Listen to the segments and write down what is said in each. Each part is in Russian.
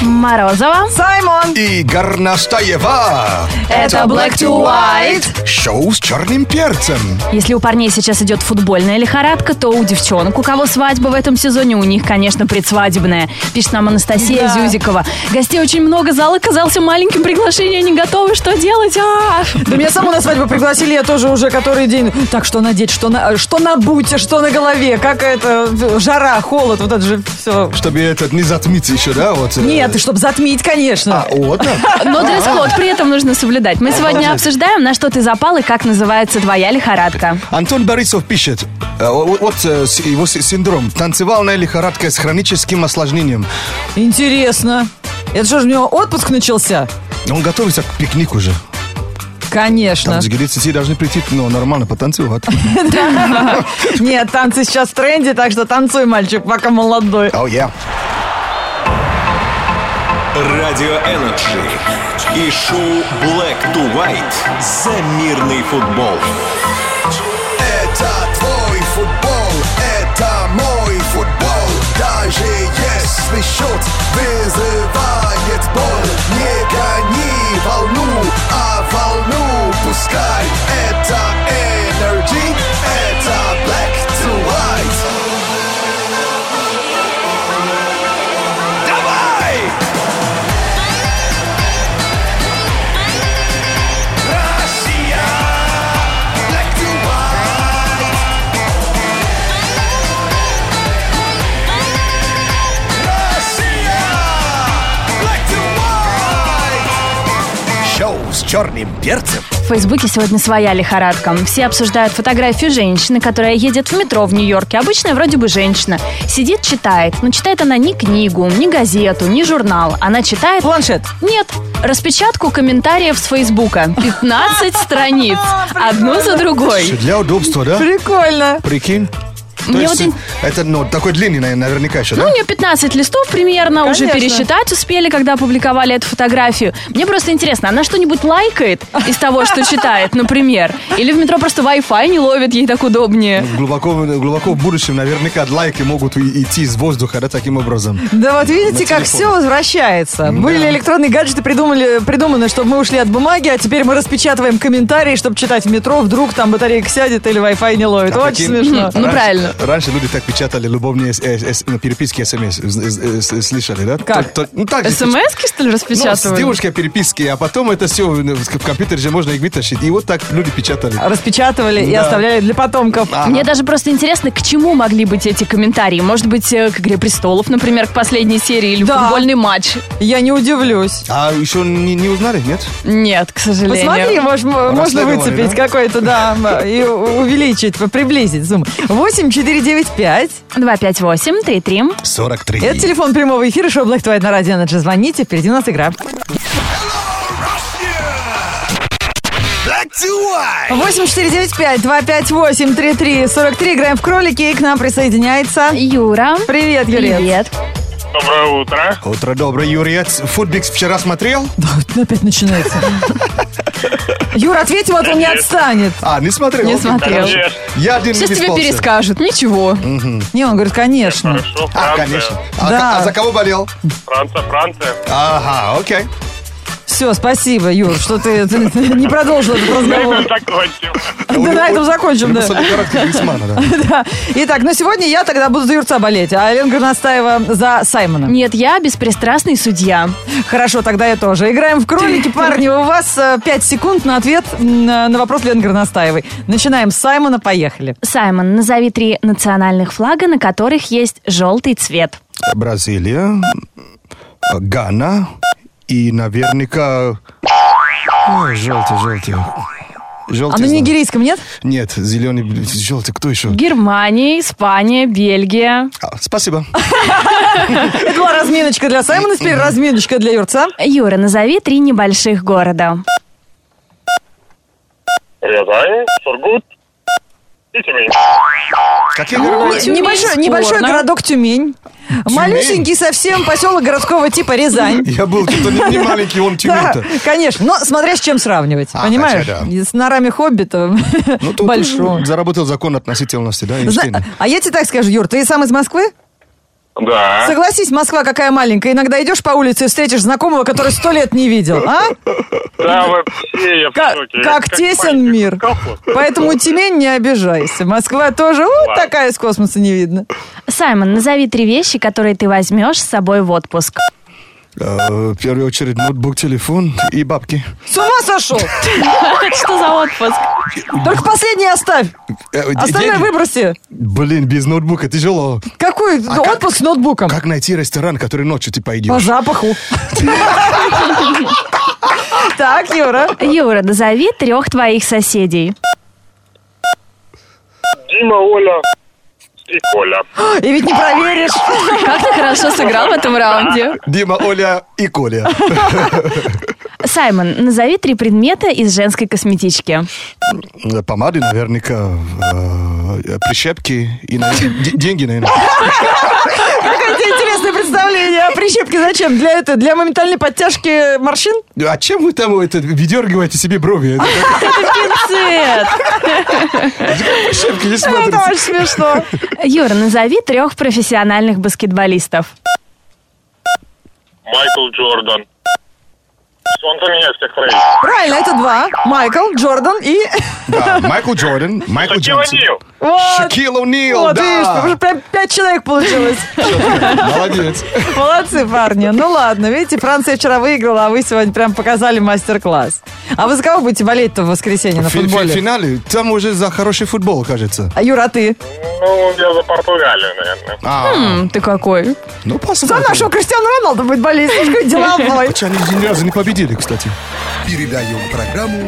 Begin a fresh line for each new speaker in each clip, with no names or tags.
Морозова.
Саймон!
И Горностаева.
Это Black to White.
Шоу с черным перцем.
Если у парней сейчас идет футбольная лихорадка, то у девчонок, у кого свадьба в этом сезоне, у них, конечно, предсвадебная. Пишет нам Анастасия
Да.
Зюзикова. Гостей очень много, зал оказался маленьким, приглашение не готовы, что делать? А!
Да меня саму на свадьбу пригласили, я тоже уже который день. Так, что надеть, что, на, что набуть, что на голове, как это, жара, холод, вот это же все.
Чтобы этот не затмить еще, да? Вот, э,
Нет, и чтобы затмить, конечно.
А, вот. да.
Но дресс-код при этом нужно соблюдать. Мы сегодня обсуждаем, на что ты запал и как называется твоя лихорадка.
Антон Борисов пишет, э, вот вот, э, с- его с- синдром, танцевальная лихорадка с хроническим осложнением.
Интересно. Это что же у него отпуск начался?
Он готовится к пикнику уже.
Конечно.
Там с 10 должны прийти, но нормально потанцевать.
Нет, танцы сейчас в тренде, так что танцуй, мальчик, пока молодой.
О, я.
Радио Энерджи и шоу Black to White за мирный футбол.
Это твой футбол, это мой футбол. Даже если счет вызывает боль, не гони волну, а волну пускай. Это Energy, это Black to White. Давай! Россия! Black to White! Россия! Black to White! Шоу с черным перцем.
В Фейсбуке сегодня своя лихорадка. Все обсуждают фотографию женщины, которая едет в метро в Нью-Йорке. Обычная вроде бы женщина. Сидит, читает. Но читает она не книгу, не газету, не журнал. Она читает...
Планшет.
Нет, распечатку комментариев с Фейсбука. 15 страниц. Одну за другой.
Для удобства, да?
Прикольно.
Прикинь? То
Мне
есть,
вот ин-
это, ну, такой длинный, наверное, наверняка еще,
Ну,
да?
у нее 15 листов примерно, уже
Конечно.
пересчитать успели, когда опубликовали эту фотографию. Мне просто интересно, она что-нибудь лайкает из того, что читает, например? Или в метро просто Wi-Fi не ловит, ей так удобнее?
Глубоко, глубоко в будущем наверняка лайки могут и- идти из воздуха, да, таким образом.
Да вот видите, как все возвращается.
Ну
Были электронные гаджеты придумали, придуманы, чтобы мы ушли от бумаги, а теперь мы распечатываем комментарии, чтобы читать в метро, вдруг там батарейка сядет или Wi-Fi не ловит.
А
Очень
прикинь,
смешно.
Ну, правильно.
Раньше люди так печатали любовные с- э, с- ну, переписки, смс, э, с- э, слышали, да?
Как?
То- то- ну, так же.
СМСки, что ли,
Ну, с
распечатывают?
девушкой переписки, а потом это все в компьютере же можно их вытащить. И вот так люди печатали.
Распечатывали и
Да.
оставляли для потомков.
Мне даже просто интересно, к чему могли быть эти комментарии. Может быть, э, к «Игре престолов», например, к последней серии или
Да.
футбольный матч.
Я не удивлюсь.
А еще не, не узнали, нет?
Нет, к сожалению.
Посмотри, мож- м- можно
Расследование,
выцепить
да?
какой-то, да, м, и у- увеличить, приблизить зум. 8495.
258 33
43.
Это телефон прямого эфира, шоу Black to White на радио Energy. Звоните, впереди у нас игра.
Black to white.
8495-258-3343. Играем в кролики, и к нам присоединяется...
Юра.
Привет, Юлия.
Привет.
Доброе утро.
Утро доброе, Юрий. Футбикс вчера смотрел?
Опять начинается. Юр, ответь, вот он не отстанет.
А, не смотрел?
Не
Окей.
смотрел.
Конечно,
Я один
Сейчас
не
тебе
выспался.
перескажут. Ничего.
Не, он говорит, конечно.
хорошо. Франция.
А, конечно. А,
Да.
ка- а за кого болел?
Франция, Франция.
Ага, окей.
Все, спасибо, Юр, что ты ты не продолжил этот
На этом
разговор.
закончим.
Да на этом закончим, да.
Гризмана, да.
Да. Итак, ну сегодня я тогда буду за Юрца болеть, а Алена Горностаева за Саймона.
Нет, я беспристрастный судья.
Хорошо, тогда я тоже. Играем в кролики, парни. У вас 5 секунд на ответ м, на на вопрос Лены Горностаевой. Начинаем с Саймона, поехали.
Саймон, назови три национальных флага, на которых есть желтый цвет.
Бразилия, э, Гана и наверняка... Ой, желтый, желтый. Желтый.
А на
знаю.
нигерийском нет?
Нет, зеленый, желтый, кто еще?
Германия, Испания, Бельгия.
А, спасибо.
Это была разминочка для Саймона, теперь разминочка для Юрца.
Юра, назови три небольших города.
Рязань, Сургут и Тюмень.
Как
Ну,
я говорю?
Тюмень,
Небольшой,
спорно.
небольшой городок Тюмень. Малюсенький совсем поселок городского типа Рязань.
Я был что-то не, не маленький, он
Да,
тюмень-то.
конечно, но смотря с чем сравнивать,
А,
понимаешь?
хотя да.
С норами Хоббита
Ну, тут
большого.
Заработал закон относительности, да,
Зна-
Эйнштейна?
А я тебе так скажу, Юр, ты сам из Москвы?
Да.
Согласись, Москва какая маленькая. Иногда идешь по улице и встретишь знакомого, который сто лет не видел, а?
Да, вообще, я в
Как,
шоке.
как тесен
мальчик
мир.
в колхозе.
Поэтому Тюмень не обижайся. Москва тоже вот
Ладно.
такая из космоса не видно.
Саймон, назови три вещи, которые ты возьмешь с собой в отпуск.
Э, В первую очередь ноутбук, телефон и бабки.
С ума сошел!
Что за отпуск?
Только последний оставь.
Э, э,
Остальное
деньги.
выброси.
Блин, без ноутбука тяжело.
Какой
А как-
отпуск с ноутбуком?
Как найти ресторан, который ночью типа ты пойдешь?
По запаху. Так, Юра.
Юра, назови трех твоих соседей.
Дима, Оля и Коля.
И ведь не проверишь.
Как ты хорошо сыграл в этом раунде.
Дима, Оля и Коля.
Саймон, назови три предмета из женской косметички.
Э, Помады наверняка, э, прищепки и наверное, де- деньги, наверное.
Какое тебе интересное представление. А прищепки зачем? Для это, для моментальной подтяжки морщин?
А чем вы там это выдергиваете себе брови? Это как
Пинцет!
Прищепки не
Это
смотрится.
очень смешно.
Юра, назови трех профессиональных баскетболистов.
Майкл Джордан. Он за меня всех троих.
Правильно, это два. Майкл, Джордан и...
Да, Майкл Джордан, Майкл
Такие
Джонсон.
ванил.
Вот.
Шакил О'Нил,
Вот, видишь, уже
да.
прям пять человек получилось.
Молодец.
Молодцы, парни. Ну ладно, видите, Франция вчера выиграла, а вы сегодня прям показали мастер-класс. А вы за кого будете болеть-то в воскресенье на
Фи- фи-
футболе?
финале там уже за хороший футбол, кажется.
А, Юра, а ты?
Ну, я за Португалию, наверное.
А,
М, Ты какой?
ну
За
посмотрим.
нашего Кристиану Роналду будет болеть. Слушай, какой деловой.
Хотя они ни разу не победили, кстати.
Передаем программу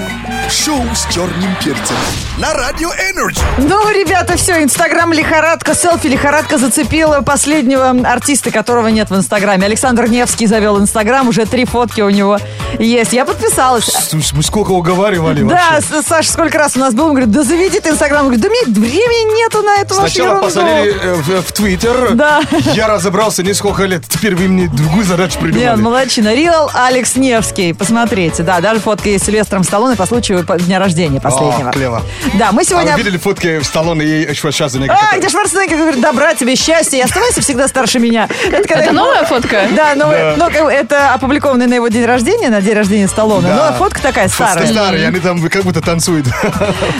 «Шоу с черным перцем» на Радио Энерджи.
Ну, ребята, все, Инстаграм лихорадка, селфи лихорадка зацепила последнего артиста, которого нет в Инстаграме. Александр Невский завел Инстаграм, уже три фотки у него есть. Я подписалась.
С- с- Мы сколько уговаривали
Да,
вообще.
С- Саша, сколько раз у нас был, он говорит, да заведи ты Инстаграм. Говорит, да мне времени нету на эту вашу
Сначала
ерунду.
посадили э, в- в Твиттер.
Да.
Я разобрался несколько лет. Теперь вы мне другую задачу
Нет,
придумали.
молодчина. Реал Алекс Невский. Посмотрите, да, даже фотка есть с Сильвестром Сталлоне по случаю по- дня рождения последнего.
О, клево.
Да, мы
А
сегодня...
вы видели фотки Сталлоне и Шварценеггера?
А, где Шварценеггер говорит, добра тебе, счастья, и оставайся всегда старше меня. Это, когда-
фотка?
Да, но, но как бы это опубликованное на его день рождения, на день рождения Сталлоне.
Да.
Но фотка такая
Старые.
старая.
Старые, они там как будто танцуют.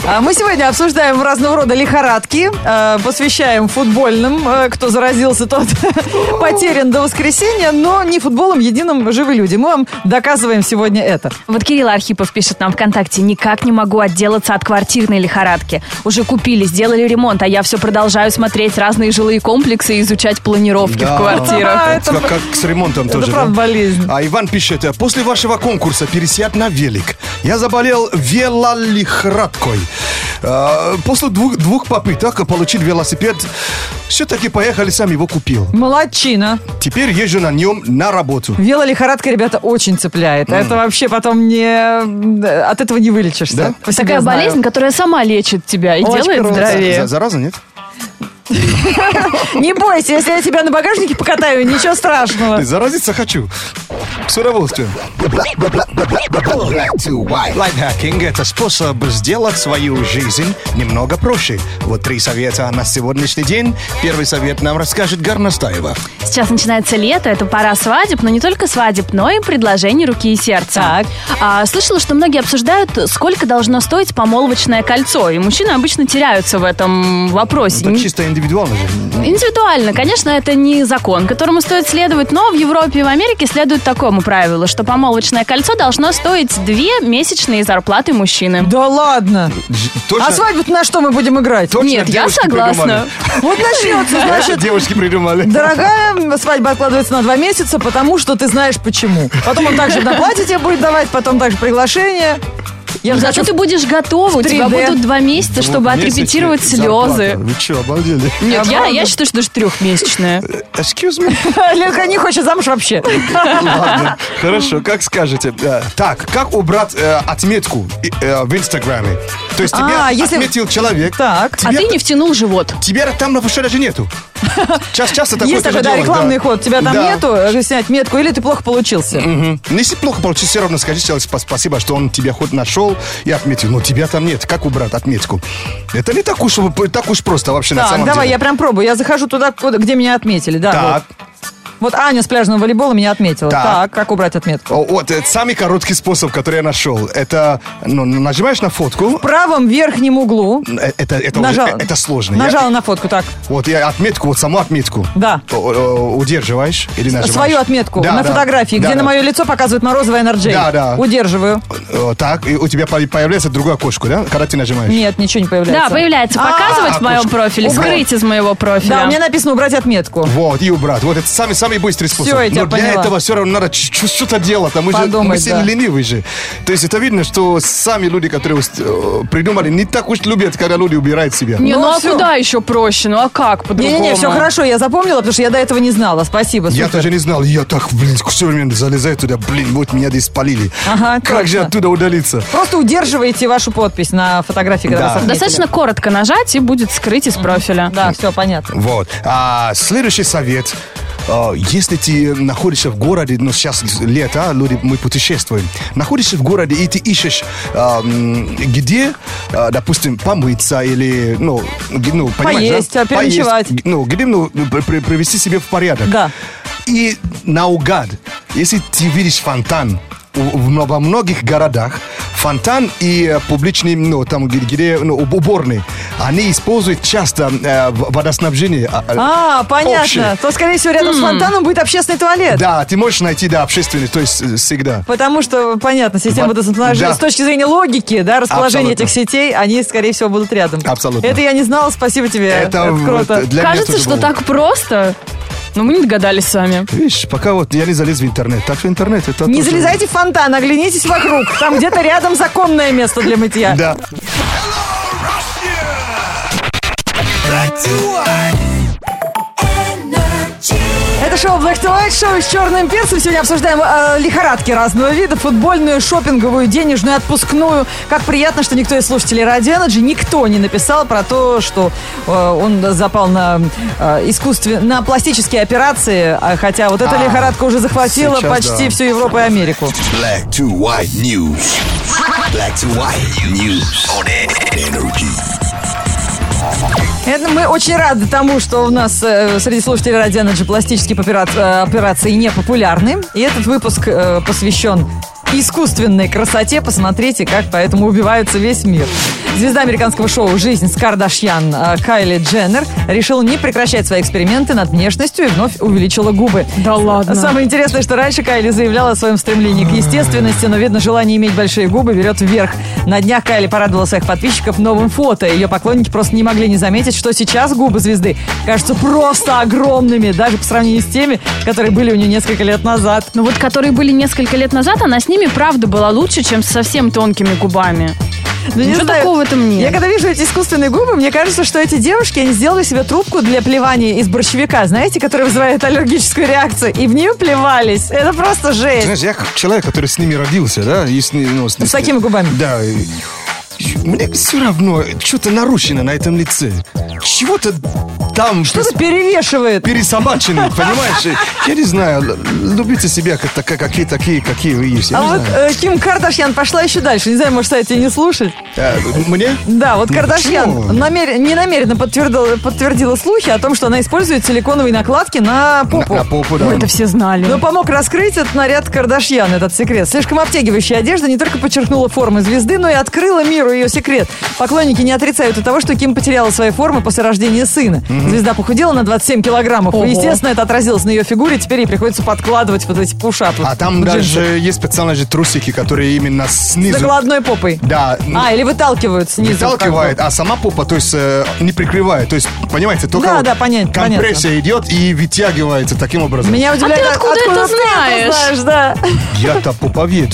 А мы сегодня обсуждаем разного рода лихорадки, э, посвящаем футбольным, э, кто заразился, тот потерян до воскресенья, но не футболом единым живы люди. Мы вам доказываем сегодня это.
Вот Кирилл Архипов пишет нам ВКонтакте, никак не могу отделаться от квартирной лихорадки. Уже купили, сделали ремонт, а я все продолжаю смотреть разные жилые комплексы и изучать планировки
Да.
в квартирах.
А, это-
Как как с ремонтом
Это
тоже. да?
правда болезнь.
А Иван пишет, э, после вашего конкурса «Пересядь на велик» я заболел велолихорадкой. Э, После двух, двух попыток получить велосипед, все-таки поехали, сам его купил.
Молодчина.
Теперь езжу на нем на работу.
Велолихорадка, ребята, очень цепляет. Это вообще потом не... м, От этого не вылечишься.
Да?
По себе
Такая
знаю.
болезнь, которая сама лечит тебя и
Очень
делает
круто.
здоровее.
За- Зараза, нет?
Не бойся, если я тебя на багажнике покатаю, ничего страшного.
Заразиться хочу. С удовольствием. Лайфхакинг – это способ сделать свою жизнь немного проще. Вот три совета на сегодняшний день. Первый совет нам расскажет Гарнастаева.
Сейчас начинается лето, это пора свадеб, но не только свадеб, но и предложений руки и сердца.
Так.
А, слышала, что многие обсуждают, сколько должно стоить помолвочное кольцо, и мужчины обычно теряются в этом вопросе.
Это
Не-
чисто индивидуально же.
Индивидуально, конечно, это не закон, которому стоит следовать, но в Европе и в Америке следует такому правилу, что помолвочное кольцо должно стоить две месячные зарплаты мужчины.
Да ладно.
Ж-
А
Точно,
свадьбу на что мы будем играть?
точно
Нет, я
девушки
согласна.
Вот начнется,
придумали.
значит,
Точно девушки придумали.
Дорогая, свадьба откладывается на два месяца, потому что ты знаешь почему. Потом он также на платье тебе будет давать, потом также приглашение. Я же
Зато
хочу...
А ты будешь готова, у тебя
3D.
будут два месяца, чтобы
Месячные
отрепетировать
зарплаты.
слезы.
Вы что, обалдели?
Нет, я, я
Правда.
считаю, что даже трехмесячная.
Excuse me.
Ленка не хочет замуж вообще.
Ладно, хорошо, как скажете. Э, Так, как убрать э, отметку э, в Инстаграме? То есть тебя
А, если-
отметил человек,
Так.
А
Тебе-
ты не втянул живот.
тебя там вообще даже нету. Сейчас, часто такое
А Есть
тоже
такой, да,
делают,
рекламный
да.
ход. Тебя там
Да.
нету, э, снять метку, или ты плохо получился.
Мгм. Ну, Если плохо получилось, все равно скажи человеку спа- спасибо, что он тебя хоть нашел и отметил. Но тебя там нет. Как убрать отметку? Это не так уж, так уж просто вообще на
Так,
самом
давай,
деле.
я прям пробую. Я захожу туда, куда- где меня отметили. да.
Так.
Вот. Вот Аня с пляжного волейбола меня отметила.
Так.
Так, как убрать отметку?
О, Вот, это самый короткий способ, который я нашел. Это, ну, нажимаешь на фотку,
В правом верхнем углу
э, это, это, уже-
нажал.
э, это сложно. Я-
Нажала на фотку, так.
вот я отметку, вот саму отметку.
Да.
О, о, Удерживаешь или нажимаешь.
Свою отметку
Да,
на
да.
фотографии,
Да,
где
да.
на мое лицо показывает Морозова NRJ.
Да, да.
Удерживаю.
О, Э, Так, и у тебя по- появляется другое окошко, да? Когда ты нажимаешь.
Нет, ничего не появляется.
Да, появляется показывать
А,
в моем
точно.
профиле,
Убрать.
скрыть из моего профиля.
Да, у меня написано убрать отметку.
Вот, и убрать. Вот это самый, самый быстрый способ.
я тебя
Но для
поняла.
этого все равно надо ч- ч- что-то делать. А мы, же,
Подумать,
мы все
да.
ленивые же. То есть это видно, что сами люди, которые уст- э, придумали, не так уж любят, когда люди убирают себя.
Не, ну,
Ну,
а
всё.
куда еще проще? Ну а как по-другому?
Не-не-не, все хорошо, я запомнила, потому что я до этого не знала. Спасибо,
а? Я
супер.
даже не знал, я так, блин, все время залезаю туда, блин, вот меня здесь спалили.
Ага,
как же
точно.
оттуда удалиться?
Просто удерживаете вашу подпись на фотографии, когда
Да.
вас отметили.
Достаточно коротко нажать и будет скрыть из профиля.
Да, все, понятно.
Вот. А следующий совет. Э, Если ты находишься в городе, ну сейчас лето, люди, мы путешествуем, находишься в городе и ты ищешь, эм, где, э, допустим, помыться или, ну, г- ну понимаешь, да?
Поесть, а, переночевать.
Поесть, г- ну, где, ну, при- при- привести себя в порядок.
Да.
И наугад, если ты видишь фонтан, у- в- во многих городах фонтан и э, публичные, ну, там, где, где, ну, уб- уборные, они используют часто э, в- водоснабжение. а, а,
А, понятно.
общее.
То, скорее всего, рядом с фонтаном будет общественный туалет.
Да, ты можешь найти, да, общественный, то есть э, всегда.
Потому что, понятно, система
Вот,
водоснабжения
да.
с точки зрения логики, да, расположения
Абсолютно.
этих сетей, они, скорее всего, будут рядом.
Абсолютно.
Это я не знала, спасибо тебе. Это,
вот
круто.
для меня
Кажется,
тоже
что
было.
так просто. Но мы не догадались сами.
Видишь, пока вот я не залез в интернет, так что интернет это
Не
тоже-
залезайте в фонтан, оглянитесь вокруг. Там где-то рядом законное место для мытья.
Да.
Это шоу Black to White, шоу с черным перцем. Сегодня обсуждаем э, лихорадки разного вида. Футбольную, шопинговую, денежную, отпускную. Как приятно, что никто из слушателей Радио Energy, никто не написал про то, что э, он запал на э, искусстве, на пластические операции. а Хотя вот эта
А,
лихорадка уже захватила
сейчас
почти
да.
всю Европу и Америку.
Black to white news. Black to white news on energy.
Это мы очень рады тому, что у нас э, среди слушателей Радио Energy пластические попера- э, операции не популярны. И этот выпуск э, посвящен искусственной красоте. Посмотрите, как поэтому убивается весь мир. Звезда американского шоу «Жизнь с Кардашьян» э, Кайли Дженнер решила не прекращать свои эксперименты над внешностью и вновь увеличила губы.
Да ладно.
Самое интересное, что раньше Кайли заявляла о своем стремлении к естественности, но, видно, желание иметь большие губы берет вверх. На днях Кайли порадовала своих подписчиков новым фото. Ее поклонники просто не могли не заметить, что сейчас губы звезды кажутся просто огромными, даже по сравнению с теми, которые были у нее несколько лет назад.
Ну вот, которые были несколько лет назад, она с ними, правда, была лучше, чем с совсем тонкими губами.
Ну,
Ничего такого в этом нет.
Я когда вижу эти искусственные губы, мне кажется, что эти девушки, они сделали себе трубку для плевания из борщевика, знаете, которая вызывает аллергическую реакцию, и в нее плевались. Это просто жесть.
Знаешь, я как человек, который с ними родился, да, и с, ни- ну, с-
С такими губами.
Да, и- мне все равно что-то нарушено на этом лице. Чего-то там...
Что-то перевешивает.
пересобачены, понимаешь? Я не знаю, л- любите себя как, так- какие такие, какие вы есть. Я
А
не
вот
знаю.
э, Ким Кардашьян пошла еще дальше. Не знаю, может, стоит тебе не слушать.
Э, мне?
Да, вот
Ну, почему?
Кардашьян намер... не намеренно подтвердила, подтвердила слухи о том, что она использует силиконовые накладки на попу. Ну,
На, на попу, да.
Ой, это все знали.
Но помог раскрыть этот наряд Кардашьян, этот секрет. Слишком обтягивающая одежда не только подчеркнула формы звезды, но и открыла миру ее секрет. Поклонники не отрицают и того, что Ким потеряла свои формы после рождения сына. Звезда похудела на 27 килограммов.
Ого.
И, естественно, это отразилось на ее фигуре. Теперь ей приходится подкладывать вот эти пушапы.
А там
джинсы.
даже есть специальные же трусики, которые именно
С
снизу...
накладной попой.
Да, м,
А, или выталкивают снизу.
выталкивает,
как
а сама попа, то есть э, не прикрывает. То есть, понимаете, только
Да,
вот
да, понятно,
компрессия идет и вытягивается таким
бы.
образом.
Меня удивляет,
А ты откуда это знаешь?
знаешь, да.
Я-то поповед.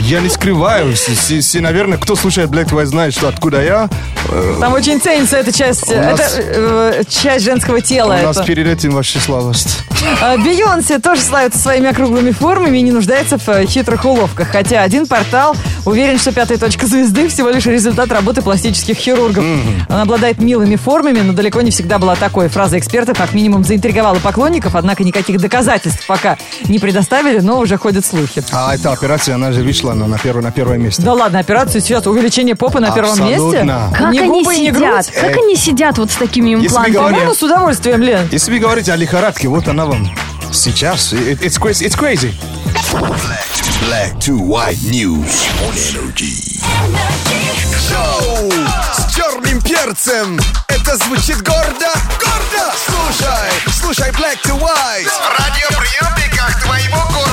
Я не скрываю. Все- Все, все, наверное, кто слушает Black Twice, знает, что откуда я. Э,
Там очень ценится эта часть,
нас-
это, э, часть женского
У
тела.
нас
это.
перед этим вообще слабость.
А, Бейонсе тоже славится своими округлыми формами и не нуждается в э, хитрых уловках. Хотя один портал уверен, что пятая точка звезды всего лишь результат работы пластических хирургов. Она обладает милыми формами, но далеко не всегда была такой. Фраза эксперта как минимум заинтриговала поклонников, однако никаких доказательств пока не предоставили, но уже ходят слухи.
А эта операция, она же вышла на, на первое, на первое место.
Да ладно, операцию сейчас увеличение попы на первом месте.
Абсолютно.
Как
Ни
они
губы, ни
сидят?
грудь.
Как
Э,
они сидят вот с такими
если мы
имплантами?
говорим-
По-моему, с удовольствием, Лен.
Если вы говорите о лихорадке, вот она вам сейчас. It- It's crazy. It's crazy.
Black to white news on energy. Шоу с черным перцем. Это звучит гордо, гордо. Слушай, слушай Black to white. В радиоприемниках твоего города.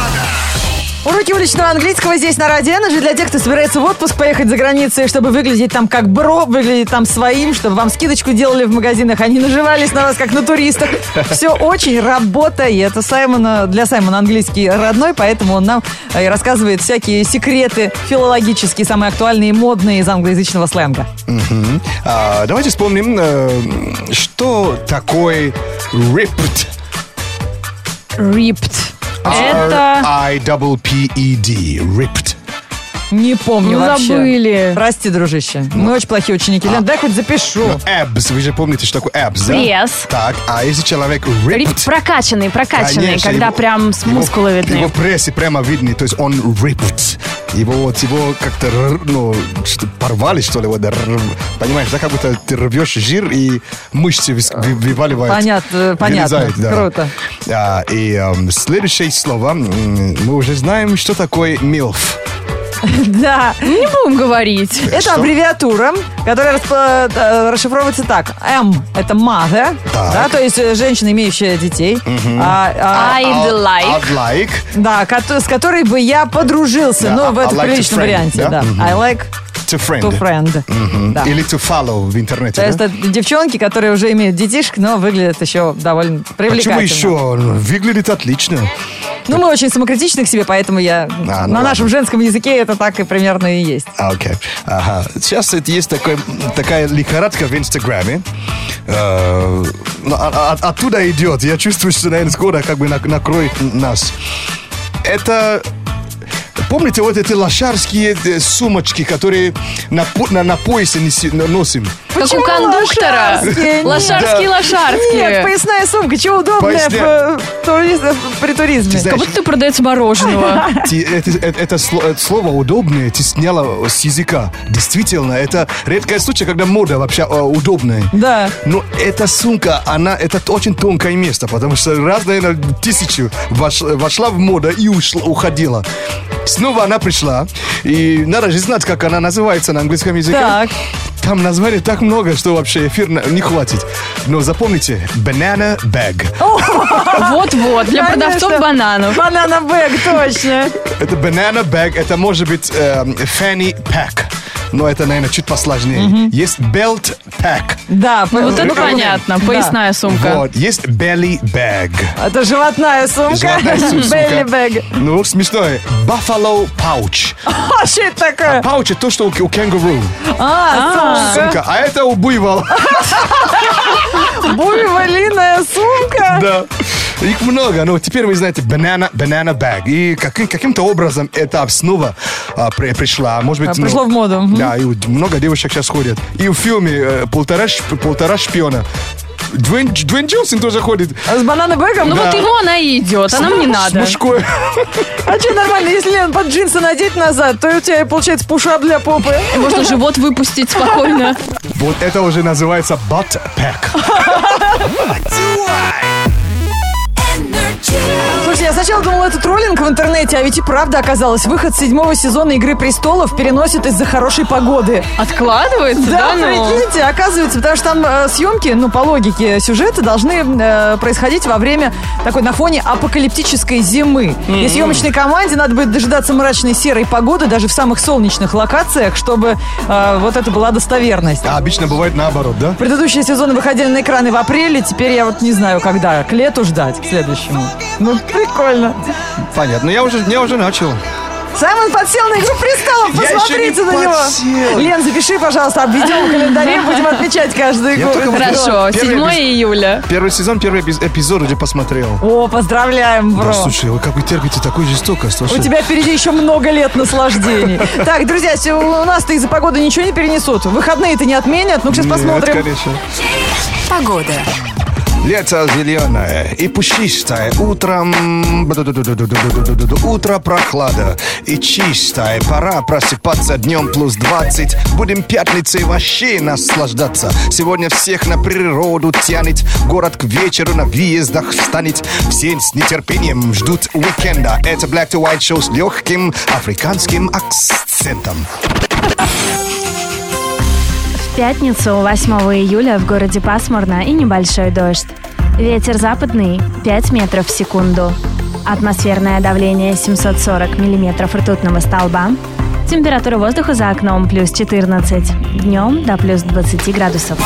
Уроки уличного английского здесь на Радио Energy для тех, кто собирается в отпуск поехать за границей, чтобы выглядеть там как бро, выглядеть там своим, чтобы вам скидочку делали в магазинах, они наживались на вас как на туристах. Все очень работает. У Саймона, для Саймона английский родной, поэтому он нам э, и рассказывает всякие секреты филологические, самые актуальные и модные из англоязычного сленга.
Мгм. А, давайте вспомним, э, что такое ripped.
Ripped.
А,
Это...
А, R-I-P-P-E-D. E Ripped.
Не помню
Ну,
вообще.
забыли.
Прости, дружище. Мы очень плохие ученики. Лен, дай хоть запишу.
Abs. Вы же помните, что такое abs, да?
Yes.
Так, а если человек ripped,
а,
Ripped прокачанный, прокачанный,
Конечно,
когда
его-
прям с
его-
мускулы видны.
Его прессе прямо видны, то есть он ripped. Его вот, его как-то, р- ну, что, порвали, что ли, вот, р- понимаешь, да, как будто ты рвешь жир и мышцы вис- вы- вываливают.
Понятно, э, понятно.
Вылезают, да.
Круто.
А, и эм, следующее слово, м, мы уже знаем, что такое MILF.
Да.
Не будем говорить.
Это
Э, Что?
аббревиатура, которая расп- э, расшифровывается так. М – это mother,
Так.
да, то есть э, женщина, имеющая детей. А, а,
I like.
I'd like.
да, кот- с которой бы я подружился,
Да,
но
I-
в
I
этом
like to
приличном
friend,
варианте.
да?
Да?
Мгм.
I like
To friend.
to friend. Да.
Или to follow в интернете.
То есть
да?
это девчонки, которые уже имеют детишек, но выглядят еще довольно привлекательно.
Почему еще? Выглядит отлично.
Ну, мы очень самокритичны к себе, поэтому я на
ну
нашем женском языке это так и примерно и есть.
А, Окей. Ага. Сейчас это есть такой, такая лихорадка в Инстаграме. Э, ну, а- а- оттуда идет. Я чувствую, что, наверное, скоро как бы нак- накроет нас. Это... Помните вот эти лошарские э, сумочки, которые на, по- на, на поясе неси- носим?
Как у
Почему
кондуктора.
лошарские? Нет.
Лошарские,
Нет,
лошарские.
поясная сумка, чего удобная
Поясная.
в, э, туризм- при туризме.
Ты знаешь,
Как будто ты продавец мороженого.
Ти- Это, это- это сло- это слово удобное ты сняла с языка. Действительно, это редкая случай, когда мода вообще э, удобная.
Да.
Но Ну, эта сумка, она, это очень тонкое место, потому что раз, наверное, тысячу вош- вошла в моду и ушла, уходила. Снова она пришла, и надо же знать, как она называется на английском языке.
Так.
Там назвали так много, что вообще эфир на- не хватит. Но запомните, banana bag.
Вот-вот, для продавцов
Конечно.
бананов.
Банана бэг, точно.
Это banana bag, это может быть эм, fanny pack. Но это, наверное, чуть посложнее. Есть belt pack.
Да, по-
Вот это
ну,
понятно,
да. А
поясная сумка.
Вот, есть belly bag.
Это животная сумка.
Животная сумка.
Белли бэг.
Ну, смешное. Buffalo pouch.
А что это такое?
Пауч это то, что у, у кенгуру.
А, сумка.
Сумка. А это у буйвола.
А, Буйволиная сумка.
Да. Их много, но теперь вы знаете banana, banana bag. И каким, каким-то образом эта основа а, при- пришла. Может быть,
А,
ну,
пришло в моду, мгм.
Да, и у- много девушек сейчас ходят. И в фильме э, «Полтора, шп- полтора шпиона. Дуэн, Дуэн Джонсон тоже ходит.
А С банана бэгом?
Ну
Да.
вот ему она и идет, а нам не
С
надо.
мужской.
А что, нормально, если Лен под джинсы надеть назад, то у тебя и получается пушап для попы.
Можно живот выпустить спокойно.
Вот это уже называется butt pack.
Слушай, я сначала думала, это троллинг в интернете, а ведь и правда оказалось. Выход седьмого сезона «Игры престолов» переносит из-за хорошей погоды.
Откладывается, да?
Да,
ну?
прикиньте, оказывается, потому что там э, съемки, ну, по логике сюжета, должны э, происходить во время такой на фоне апокалиптической зимы. И съемочной команде надо будет дожидаться мрачной серой погоды даже в самых солнечных локациях, чтобы э, вот это была достоверность.
А обычно бывает наоборот, да?
Предыдущие сезоны выходили на экраны в апреле, теперь я вот не знаю, когда, к лету ждать, к следующему. Ну, прикольно.
Понятно. Я уже, я уже начал.
Саймон подсел на «Игру престолов»,
Я
посмотрите
еще не
на него.
подсел.
Лен, запиши, пожалуйста, обведем в календаре, будем отмечать каждую
Я
игру.
только
Хорошо,
Первый эпиз-
7 июля.
Первый сезон, первый эпиз- эпизод уже посмотрел.
О, поздравляем, бро.
Да, слушай, вы как вы терпите такую жестокость?
У
вообще?
тебя впереди еще много лет наслаждений. Так, друзья, се- у нас-то из-за погоды ничего не перенесут. Выходные-то не отменят. Ну, сейчас
Нет,
посмотрим.
конечно.
Погода.
Лето зеленое и пушистое утром. Бду-ду-ду-ду-ду-ду-ду-ду-ду. Утро прохлада и чистое. Пора просыпаться днем плюс 20. Будем пятницей вообще наслаждаться. Сегодня всех на природу тянет. Город к вечеру на въездах встанет. Все с нетерпением ждут уикенда. Это Black to White Show с легким африканским акцентом.
В пятницу, 8 июля, в городе пасмурно и небольшой дождь. Ветер западный 5 метров в секунду. Атмосферное давление 740 миллиметров ртутного столба. Температура воздуха за окном плюс 14. Днем до плюс 20 градусов.